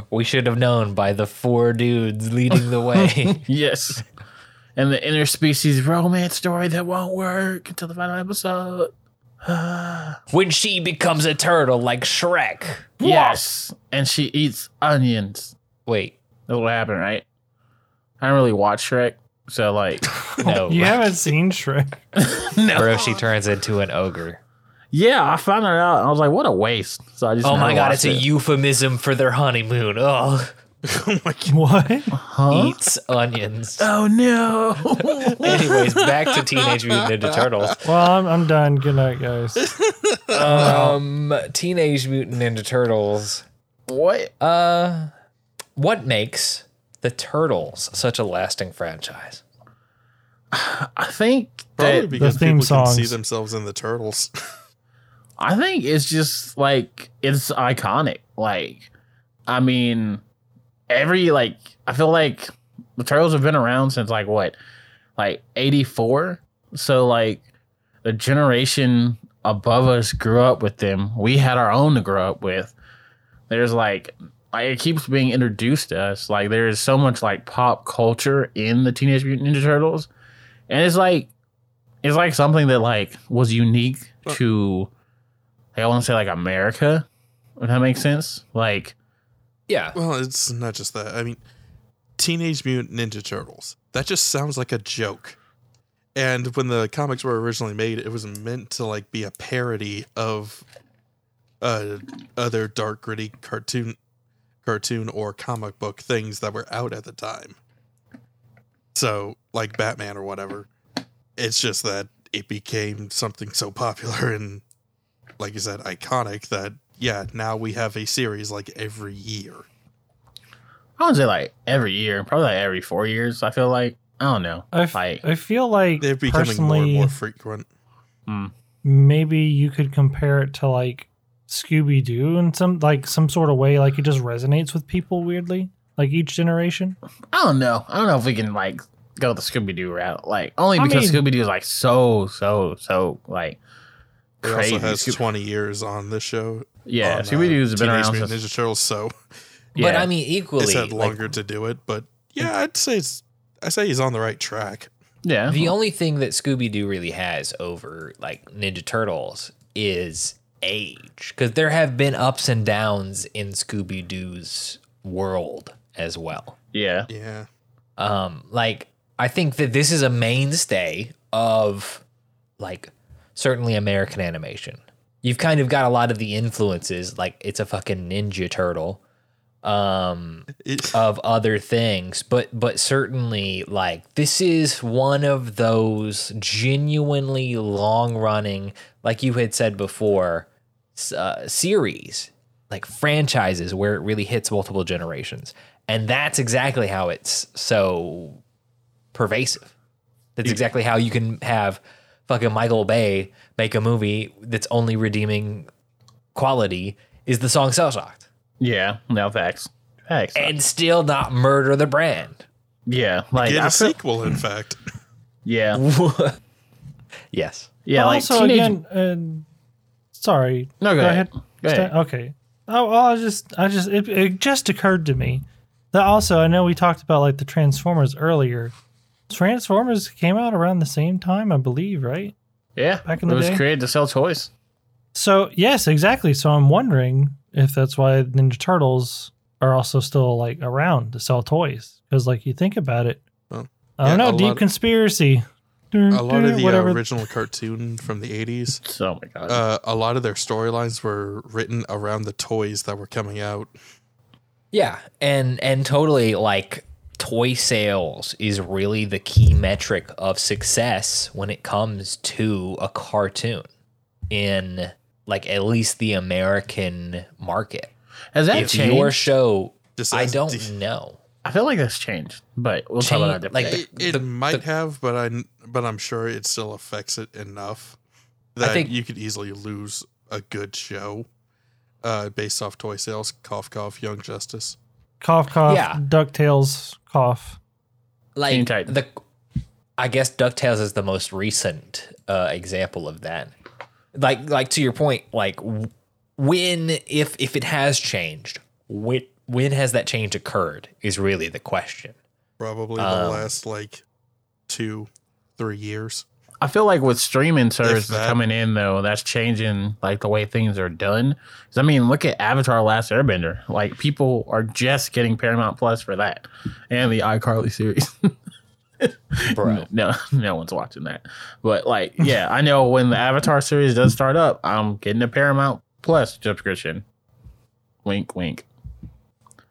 Speaker 4: we should have known by the four dudes leading the way.
Speaker 5: Yes, and the interspecies romance story that won't work until the final episode.
Speaker 4: when she becomes a turtle like Shrek.
Speaker 5: Yes, and she eats onions.
Speaker 4: Wait,
Speaker 5: That's what happened, right? I don't really watch Shrek, so like,
Speaker 4: no.
Speaker 6: you haven't seen Shrek.
Speaker 4: Or if she turns into an ogre.
Speaker 5: yeah, I found that out. and I was like, what a waste. So I just
Speaker 4: Oh my
Speaker 5: never
Speaker 4: god,
Speaker 5: watched
Speaker 4: it's a
Speaker 5: it.
Speaker 4: euphemism for their honeymoon. Oh,
Speaker 6: What?
Speaker 5: Huh?
Speaker 4: eats onions.
Speaker 5: Oh no!
Speaker 4: Anyways, back to Teenage Mutant Ninja Turtles.
Speaker 6: Well, I'm, I'm done. Good night, guys.
Speaker 4: Um, Teenage Mutant Ninja Turtles.
Speaker 5: what?
Speaker 4: Uh, what makes the Turtles such a lasting franchise?
Speaker 5: I think
Speaker 2: Probably
Speaker 5: that
Speaker 2: because
Speaker 6: theme
Speaker 2: people can see
Speaker 6: songs.
Speaker 2: themselves in the turtles.
Speaker 5: I think it's just like it's iconic. Like, I mean, every like I feel like the turtles have been around since like what, like eighty four. So like the generation above us grew up with them. We had our own to grow up with. There's like, like it keeps being introduced to us. Like there is so much like pop culture in the Teenage Mutant Ninja Turtles, and it's like it's like something that like was unique to like, I want to say like America. If that makes sense, like
Speaker 4: Yeah.
Speaker 2: Well, it's not just that. I mean, Teenage Mutant Ninja Turtles. That just sounds like a joke. And when the comics were originally made, it was meant to like be a parody of uh, other dark, gritty cartoon, cartoon or comic book things that were out at the time. So, like Batman or whatever. It's just that it became something so popular and, like you said, iconic that yeah, now we have a series like every year.
Speaker 5: I would say like every year, probably like every four years. I feel like I don't know.
Speaker 6: I, f-
Speaker 5: Like-
Speaker 6: I feel like
Speaker 2: They're becoming more
Speaker 6: personally,
Speaker 2: and more frequent.
Speaker 6: maybe you could compare it to like Scooby Doo in some like some sort of way. Like it just resonates with people weirdly. Like each generation.
Speaker 5: I don't know. I don't know if we can like go the Scooby Doo route. Like only
Speaker 6: I
Speaker 5: because
Speaker 6: mean-
Speaker 5: Scooby Doo is like so so so like
Speaker 2: It
Speaker 5: crazy.
Speaker 2: also has
Speaker 5: Scoo-
Speaker 2: 20 years on this show.
Speaker 5: yeah,
Speaker 2: on, uh,
Speaker 5: Scooby Doo's been
Speaker 2: Teenage
Speaker 5: around
Speaker 2: Mutant
Speaker 5: since.
Speaker 2: Ninja Turtles, so
Speaker 5: yeah.
Speaker 4: But I mean, equally,
Speaker 2: it's had
Speaker 4: like,
Speaker 2: longer to do it. But yeah, I'd say it's. I say he's on the right track.
Speaker 5: yeah.
Speaker 4: the only thing that Scooby Doo really has over like Ninja Turtles is age, because there have been ups and downs in Scooby Doo's world as well.
Speaker 5: yeah.
Speaker 2: Yeah,
Speaker 4: um like i think that this is a mainstay of like certainly american animation you've kind of got a lot of the influences like it's a fucking ninja turtle um
Speaker 2: It-
Speaker 4: of other things but but certainly like this is one of those genuinely long running like you had said before s- uh, series like franchises where it really hits multiple generations and that's exactly how it's so pervasive that's exactly how you can have fucking michael bay make a movie that's only redeeming quality is the song cell shocked
Speaker 5: Yeah. No facts. Facts.
Speaker 4: and still not murder the brand.
Speaker 5: yeah. Like
Speaker 2: get
Speaker 5: I
Speaker 2: a
Speaker 5: feel,
Speaker 2: sequel, in fact.
Speaker 5: yeah.
Speaker 4: yes.
Speaker 5: Yeah. Like
Speaker 6: also
Speaker 5: teenage-
Speaker 6: again, and sorry.
Speaker 5: No, go, ahead. Go ahead.
Speaker 6: Sta- Okay. Oh, well, I just, I just, it, it just occurred to me that also I know we talked about like the Transformers earlier. Transformers came out around the same time, I believe, right?
Speaker 5: Yeah.
Speaker 6: Back in the
Speaker 5: it was
Speaker 6: day.
Speaker 5: created to sell toys.
Speaker 6: So yes, exactly. So I'm wondering if that's why Ninja Turtles are also still like around to sell toys because, like, you think about it.
Speaker 2: Well,
Speaker 6: I don't
Speaker 2: yeah, a
Speaker 6: know. Deep
Speaker 2: lot-
Speaker 6: conspiracy.
Speaker 2: A lot of the uh, original cartoon from the 80s,
Speaker 5: So oh my god.
Speaker 2: uh, a lot of their storylines were written around the toys that were coming out.
Speaker 4: Yeah. And and totally like toy sales is really the key metric of success when it comes to a cartoon in like at least the American market.
Speaker 5: Has that
Speaker 4: If your
Speaker 5: changed?
Speaker 4: show
Speaker 2: Just
Speaker 4: I
Speaker 2: as
Speaker 4: don't
Speaker 2: de-
Speaker 4: know.
Speaker 5: I feel like that's changed, but we'll talk about that
Speaker 4: Change- like,
Speaker 5: different. day.
Speaker 2: It, it might have, but I but I'm sure it still affects it enough that
Speaker 4: think-
Speaker 2: you could easily lose a good show uh, based off toy sales. Cough, cough. Young Justice.
Speaker 6: Cough, cough.
Speaker 4: Yeah.
Speaker 6: Ducktales. Cough.
Speaker 4: like
Speaker 5: Teen Titans.
Speaker 4: the I guess DuckTales is the most recent uh, example of that. Like like to your point, like w- when if if it has changed, when when has that change occurred is really the question.
Speaker 2: Probably the
Speaker 4: Um,
Speaker 2: last like two, three years.
Speaker 5: I feel like with streaming services
Speaker 2: that.
Speaker 5: coming in though, that's changing like the way things are done. 'Cause, I mean, look at Avatar: Last Airbender. Like people are just getting Paramount Plus for that, and the iCarly series.
Speaker 4: Bro.
Speaker 5: no, no one's watching that. But like, yeah, I know when the Avatar series does start up, I'm getting a Paramount Plus subscription. Wink, wink.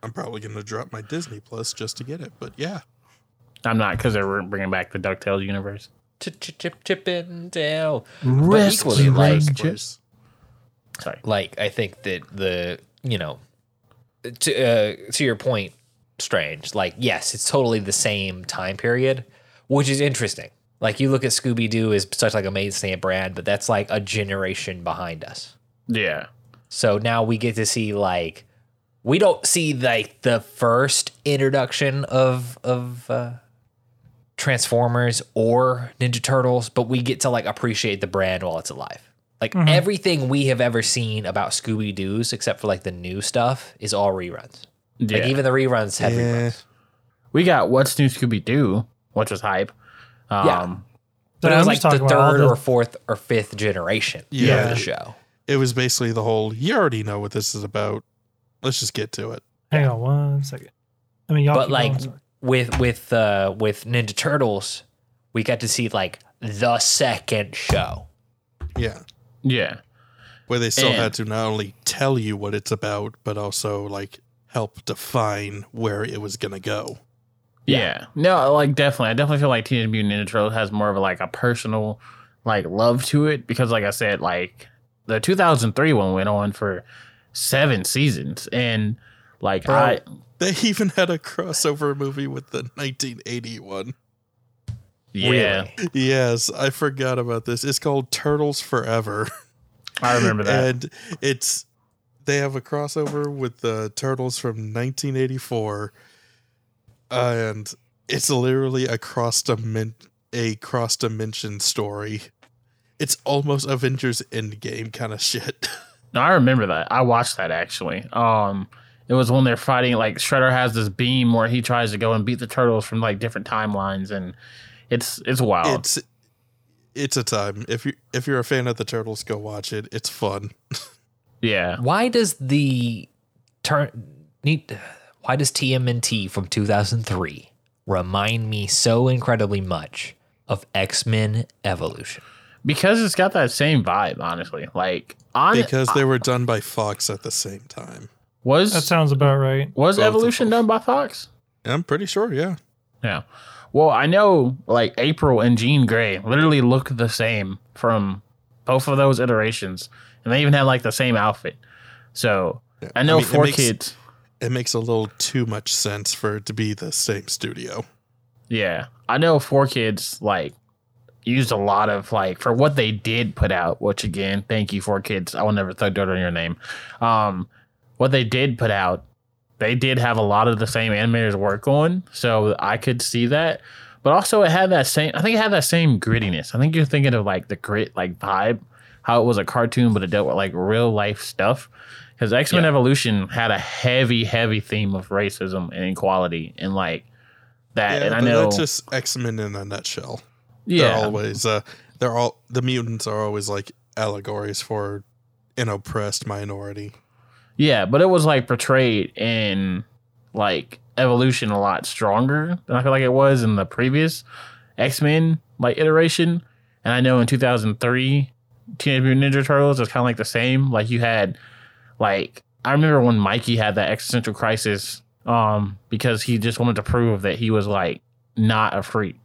Speaker 2: I'm probably gonna drop my Disney Plus just to get it. But yeah,
Speaker 5: I'm not because they're bringing back the Ducktales universe.
Speaker 4: Chip chip chip and down.
Speaker 5: Rest
Speaker 4: equally, like-
Speaker 2: Plus.
Speaker 5: Sorry.
Speaker 4: like I think that the you know to uh, to your point, strange. Like yes, it's totally the same time period, which is interesting. Like you look at Scooby Doo as such like a mainstay brand, but that's like a generation behind us.
Speaker 5: Yeah.
Speaker 4: So now we get to see like we don't see like the first introduction of of uh, Transformers or Ninja Turtles, but we get to like appreciate the brand while it's alive. Like everything we have ever seen about Scooby Doo's, except for like the new stuff, is all reruns.
Speaker 5: Yeah.
Speaker 4: Like even the reruns have reruns.
Speaker 5: we got What's New Scooby Doo, which was hype. Um,
Speaker 4: Yeah. But it
Speaker 6: I'm
Speaker 4: was like
Speaker 6: just
Speaker 4: the
Speaker 6: talking about all
Speaker 4: third
Speaker 6: the-
Speaker 4: or fourth or fifth generation of
Speaker 2: Yeah.
Speaker 4: the show.
Speaker 2: It was basically the whole, you already know what this is about. Let's just get to it.
Speaker 6: Hang on one second. I mean, y'all.
Speaker 4: But
Speaker 6: keep
Speaker 4: like
Speaker 6: going.
Speaker 4: with with uh with Ninja Turtles, we got to see like the second show.
Speaker 2: Yeah.
Speaker 5: Yeah.
Speaker 2: Where they still
Speaker 5: And-
Speaker 2: had to not only tell you what it's about, but also like help define where it was going to go.
Speaker 5: yeah, No, like definitely, I definitely feel like Teenage Mutant Ninja Turtles has more of a, like a personal like love to it because, like I said, like the 2003 one went on for seven seasons, and like
Speaker 2: Bro.
Speaker 5: I
Speaker 2: They even had a crossover movie with the 1981.
Speaker 5: yeah
Speaker 4: Really.
Speaker 2: Yes, I forgot about this. It's called Turtles Forever.
Speaker 5: I remember that.
Speaker 2: And it's they have a crossover with the Turtles from 1984, and it's literally a cross dimen- a cross dimension story. It's almost Avengers Endgame kind of shit.
Speaker 5: No, I remember that. I watched that actually. Um, it was when they're fighting. Like Shredder has this beam where he tries to go and beat the turtles from like different timelines, and it's it's wild.
Speaker 2: It's it's a time. If you if you're a fan of the Turtles, go watch it. It's fun.
Speaker 5: yeah,
Speaker 4: Why does the turn need why does TMNT from 2003 remind me so incredibly much of X-Men Evolution?
Speaker 5: because it's got that same vibe. Honestly, like on
Speaker 2: Because they were done by Fox at the same time.
Speaker 5: was
Speaker 6: that sounds about right.
Speaker 5: was
Speaker 2: Both of
Speaker 5: Evolution
Speaker 2: them.
Speaker 5: done by Fox?
Speaker 2: I'm pretty sure, yeah.
Speaker 5: Yeah. Well, I know like April and Jean Grey literally look the same from both of those iterations, and they even had like the same outfit. So I know
Speaker 2: mean, it
Speaker 5: four
Speaker 2: makes-
Speaker 5: kids.
Speaker 2: It makes a little too much sense for it to be the same studio.
Speaker 5: Yeah. I know four kids like used a lot of like for what they did put out, which again, thank you, four kids. I will never throw dirt on your name. Um what they did put out, they did have a lot of the same animators work on, so I could see that. But also it had that same I think it had that same grittiness. I think you're thinking of like the grit like vibe, how it was a cartoon but it dealt with like real life stuff. Because X Men Evolution had a heavy, heavy theme of racism and inequality and like that. and I
Speaker 2: but
Speaker 5: know
Speaker 2: that's just X Men in a nutshell.
Speaker 5: yeah,
Speaker 2: They're always uh they're all the mutants are always like allegories for an oppressed minority.
Speaker 5: yeah, but it was like portrayed in like evolution a lot stronger than I feel like it was in the previous X Men like iteration. And I know in 2003, Teenage Mutant Ninja Turtles is kind of like the same. Like you had like I remember when Mikey had that existential crisis um because he just wanted to prove that he was like not a freak.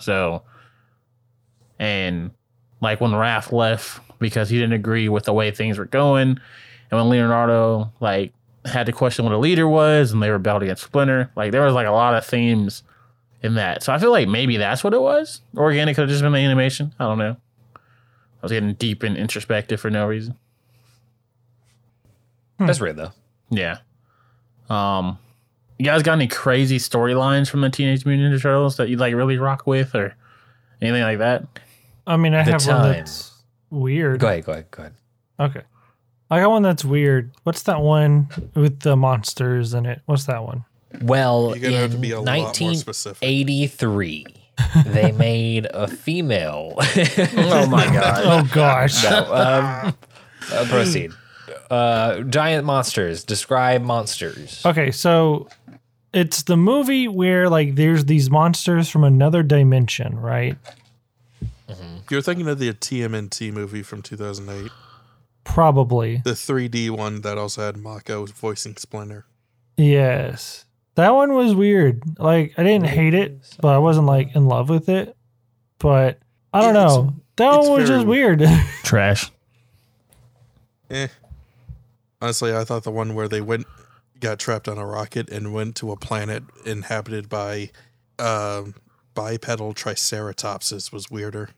Speaker 5: So and like when Raph left because he didn't agree with the way things were going and when Leonardo like had to question what a leader was and they rebelled against Splinter, like there was like a lot of themes in that. So I feel like maybe that's what it was. Or again, it could have just been the animation. I don't know. I was getting deep and introspective for no reason. Hmm.
Speaker 4: That's weird though.
Speaker 5: Yeah. Um you guys got any crazy storylines from the Teenage Mutant Ninja Turtles that you like really rock with or anything like that?
Speaker 6: I mean, I
Speaker 4: The
Speaker 6: have
Speaker 4: time.
Speaker 6: one that's weird.
Speaker 4: Go ahead, go ahead, go ahead.
Speaker 6: Okay. I got one that's weird. What's that one with the monsters in it? What's that one?
Speaker 4: Well,
Speaker 2: You're gonna have to
Speaker 4: in
Speaker 2: be a lot more
Speaker 4: 19
Speaker 2: specific.
Speaker 4: 83 they made a female
Speaker 5: Oh my god.
Speaker 6: Oh gosh.
Speaker 4: No, um, uh, proceed uh, giant monsters describe monsters
Speaker 6: Okay, so it's the movie where like there's these monsters from another dimension, right?
Speaker 2: You're thinking of the TMNT movie from 2008,
Speaker 6: Probably.
Speaker 2: the 3D one that also had Mako voicing Splinter.
Speaker 6: Yes. That one was weird. Like I didn't hate it, but I wasn't like in love with it. But I don't
Speaker 2: It's-
Speaker 6: know. That
Speaker 2: it's
Speaker 6: one
Speaker 2: very
Speaker 6: was just weird.
Speaker 5: Trash.
Speaker 2: Eh. Honestly, I thought the one where they went got trapped on a rocket and went to a planet inhabited by um bipedal triceratopses was weirder.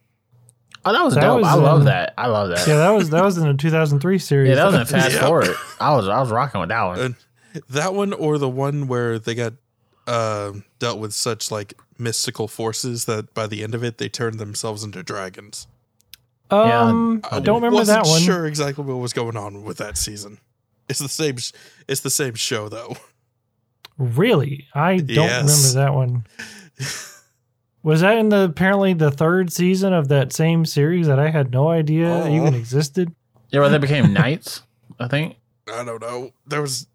Speaker 5: Oh, that was
Speaker 6: That
Speaker 5: dope.
Speaker 6: was,
Speaker 5: I love
Speaker 6: um,
Speaker 5: that. I love that.
Speaker 6: yeah, that was that was in the 2003 series.
Speaker 5: Yeah, that was in fast
Speaker 2: Yeah.
Speaker 5: forward. I was I was rocking with that one.
Speaker 2: Uh, that one or the one where they got um dealt with such like mystical forces that by the end of it they turned themselves into dragons.
Speaker 6: um, I don't remember
Speaker 2: wasn't
Speaker 6: that one.
Speaker 2: Sure, exactly what was going on with that season. It's the same. sh- It's the same show though.
Speaker 6: Really, I don't
Speaker 2: Yes.
Speaker 6: remember that one. Was that in the apparently the third season of that same series that I had no idea
Speaker 2: Oh.
Speaker 6: even existed?
Speaker 5: Yeah, well, they became knights, I think.
Speaker 2: I don't know. There was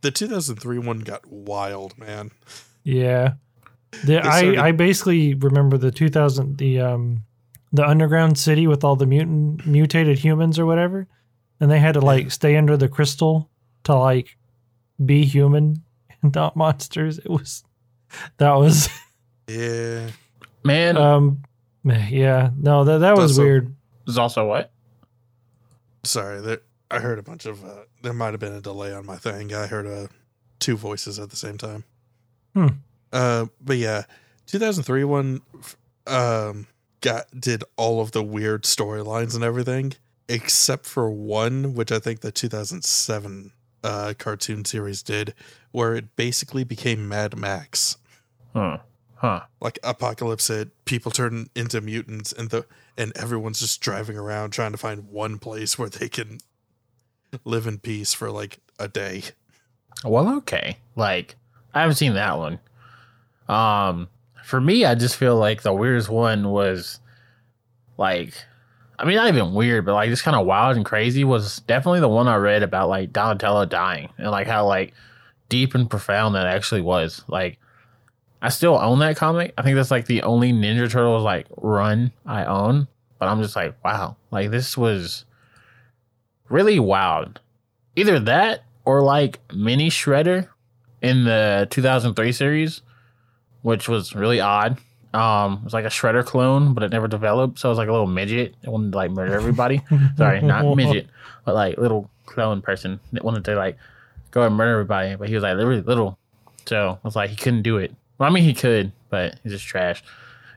Speaker 2: the 2003 one got wild, man.
Speaker 6: Yeah. The,
Speaker 2: They started-
Speaker 6: I, I basically remember the 2000 the um the underground city with all the mutant mutated humans or whatever and they had to like stay under the crystal to like be human and not monsters. It was that was
Speaker 2: Yeah.
Speaker 5: Man,
Speaker 6: um yeah, no that that was
Speaker 2: That's a-
Speaker 6: weird.
Speaker 5: is also what?
Speaker 2: Sorry, there, I heard a bunch of. Uh, there might have been a delay on my thing. I heard uh, two voices at the same time.
Speaker 6: Hmm.
Speaker 2: Uh, but yeah, 2003 one f- um, got did all of the weird storylines and everything except for one, which I think the 2007 uh, cartoon series did, where it basically became Mad Max
Speaker 5: Huh. Huh.
Speaker 2: like apocalypse hit, people turn into mutants, and the and everyone's just driving around trying to find one place where they can live in peace for like a day.
Speaker 5: Well, okay. Like, I haven't seen that one. Um, for me, I just feel like the weirdest one was like, I mean, not even weird, but like just kind of wild and crazy was definitely the one I read about like Donatello dying and like how like deep and profound that actually was. Like, I still own that comic. I think that's like the only Ninja Turtles like run I own, but I'm just like, wow, like this was really wild either that or like mini shredder in the 2003 series which was really odd um it was like a shredder clone but it never developed so it was like a little midget it wanted to like murder everybody sorry not midget but like little clone person that wanted to like go and murder everybody but he was like really little so it was like he couldn't do it well i mean he could but he's just trash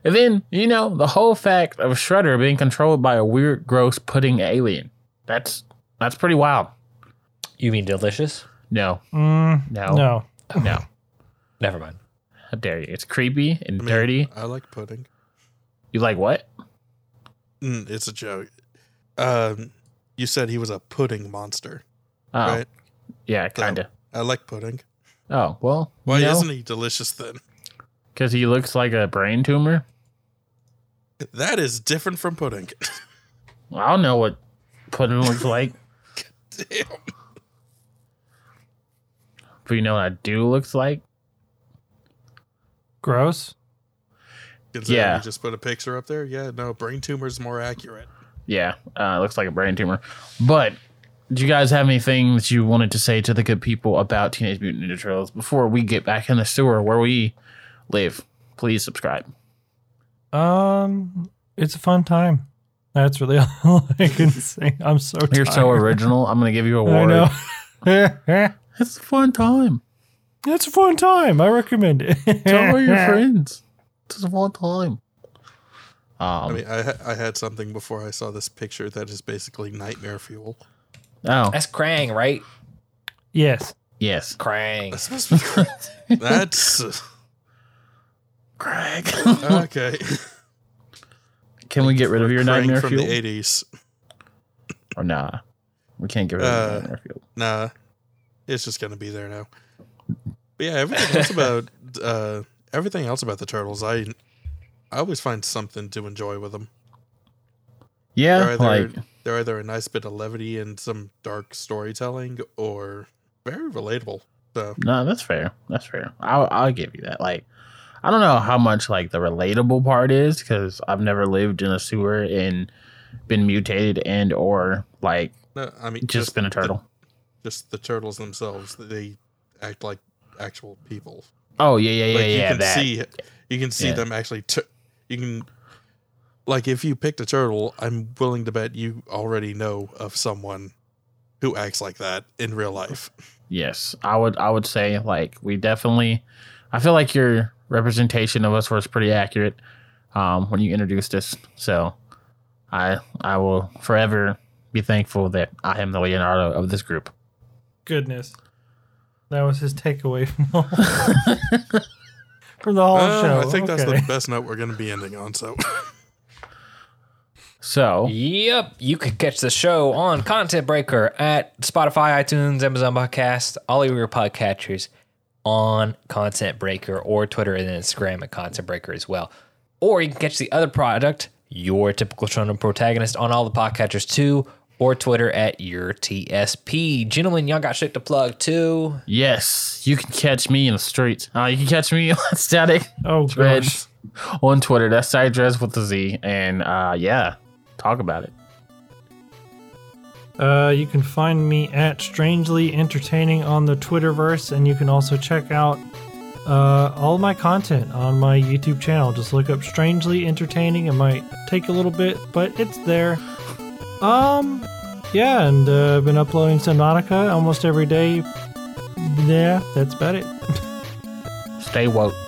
Speaker 5: and then you know the whole fact of shredder being controlled by a weird gross pudding alien that's that's pretty wild
Speaker 4: You mean delicious?
Speaker 5: no
Speaker 6: Mm,
Speaker 5: no, no,
Speaker 6: no.
Speaker 4: Never mind.
Speaker 5: How dare you? It's creepy and
Speaker 2: I mean,
Speaker 5: dirty.
Speaker 2: I like pudding.
Speaker 5: You like what?
Speaker 2: Mm, it's a joke. Um, you said he was a pudding monster,
Speaker 5: Oh,
Speaker 2: right?
Speaker 5: yeah, kind of.
Speaker 2: I like pudding.
Speaker 5: Oh, well,
Speaker 2: Why
Speaker 5: no,
Speaker 2: isn't he delicious then?
Speaker 5: Because he looks like a brain tumor.
Speaker 2: That is different from pudding.
Speaker 5: I don't know what pudding looks like,
Speaker 2: Damn.
Speaker 5: but you know what I do looks like?
Speaker 6: Gross.
Speaker 2: Considering
Speaker 5: Yeah.
Speaker 2: You just put a picture up there. Yeah. No, brain tumor's more accurate.
Speaker 5: Yeah, uh, it looks like a brain tumor. But do you guys have anything that you wanted to say to the good people about Teenage Mutant Ninja Turtles before we get back in the sewer where we live? Please subscribe.
Speaker 6: Um it's a fun time. That's really all I can say. I'm so tired.
Speaker 5: You're so original. I'm going to give you a
Speaker 6: I
Speaker 5: award.
Speaker 6: know.
Speaker 5: It's a fun time.
Speaker 6: It's a fun time. I recommend it.
Speaker 5: Tell all your friends. It's a fun time. Um,
Speaker 2: I mean, I ha- I had something before I saw this picture that is basically nightmare fuel.
Speaker 5: Oh,
Speaker 4: That's Krang, right?
Speaker 6: Yes.
Speaker 5: yes.
Speaker 4: Krang.
Speaker 2: That's supposed to be. That's
Speaker 5: Greg.
Speaker 2: okay.
Speaker 5: Can we get rid of your
Speaker 2: Crank
Speaker 5: nightmare
Speaker 2: from
Speaker 5: fuel?
Speaker 2: the eighties.
Speaker 5: Or nah. We can't get rid of
Speaker 2: Uh,
Speaker 5: your nightmare fuel.
Speaker 2: Nah, it's just gonna be there now. But yeah, everything else about uh, everything else about the turtles, I I always find something to enjoy with them. they're
Speaker 5: Yeah,
Speaker 2: either
Speaker 5: like
Speaker 2: they're either a nice bit of levity and some dark storytelling, or very relatable. So
Speaker 5: no, that's fair. That's fair. I'll, I'll give you that. Like, I don't know how much like the relatable part is because I've never lived in a sewer and been mutated and or like
Speaker 2: no, I mean,
Speaker 5: just, been a turtle.
Speaker 2: The, just the turtles themselves, they act like actual people.
Speaker 5: oh yeah, yeah, yeah,
Speaker 2: like you
Speaker 5: yeah.
Speaker 2: can
Speaker 5: That.
Speaker 2: see you can see
Speaker 5: Yeah.
Speaker 2: them actually tu- you can like if you picked a turtle i'm willing to bet you already know of someone who acts like that in real life
Speaker 5: Yes, I would. I would say like we definitely. I feel like your representation of us was pretty accurate um, when you introduced us. So I I will forever be thankful that I am the Leonardo of this group.
Speaker 6: Goodness. That was his takeaway from the whole, from the whole
Speaker 2: Uh,
Speaker 6: show.
Speaker 2: i think that's
Speaker 6: Okay.
Speaker 2: the best note we're going to be ending on so
Speaker 5: So
Speaker 4: Yep. You can catch the show on Content Breaker at Spotify, iTunes, Amazon Podcast, all of your podcatchers on Content Breaker or Twitter and Instagram at Content Breaker as well. Or you can catch the other product, Your Typical Shonen Protagonist, on all the podcatchers too, or Twitter at Your TSP. Gentlemen, y'all got shit to plug too.
Speaker 5: Yes, you can catch me in the streets. Uh, you can catch me on Static
Speaker 6: Oh
Speaker 5: Dread
Speaker 6: gosh.
Speaker 5: on Twitter. That's Static Dreads with a Z. And uh, yeah, talk about it.
Speaker 6: Uh, you can find me at Strangely Entertaining on the Twitterverse, and you can also check out uh, all my content on my YouTube channel. Just look up Strangely Entertaining. It might take a little bit, but it's there. Um, yeah, and uh, I've been uploading Subnautica almost every day. Yeah, that's about it.
Speaker 5: Stay woke.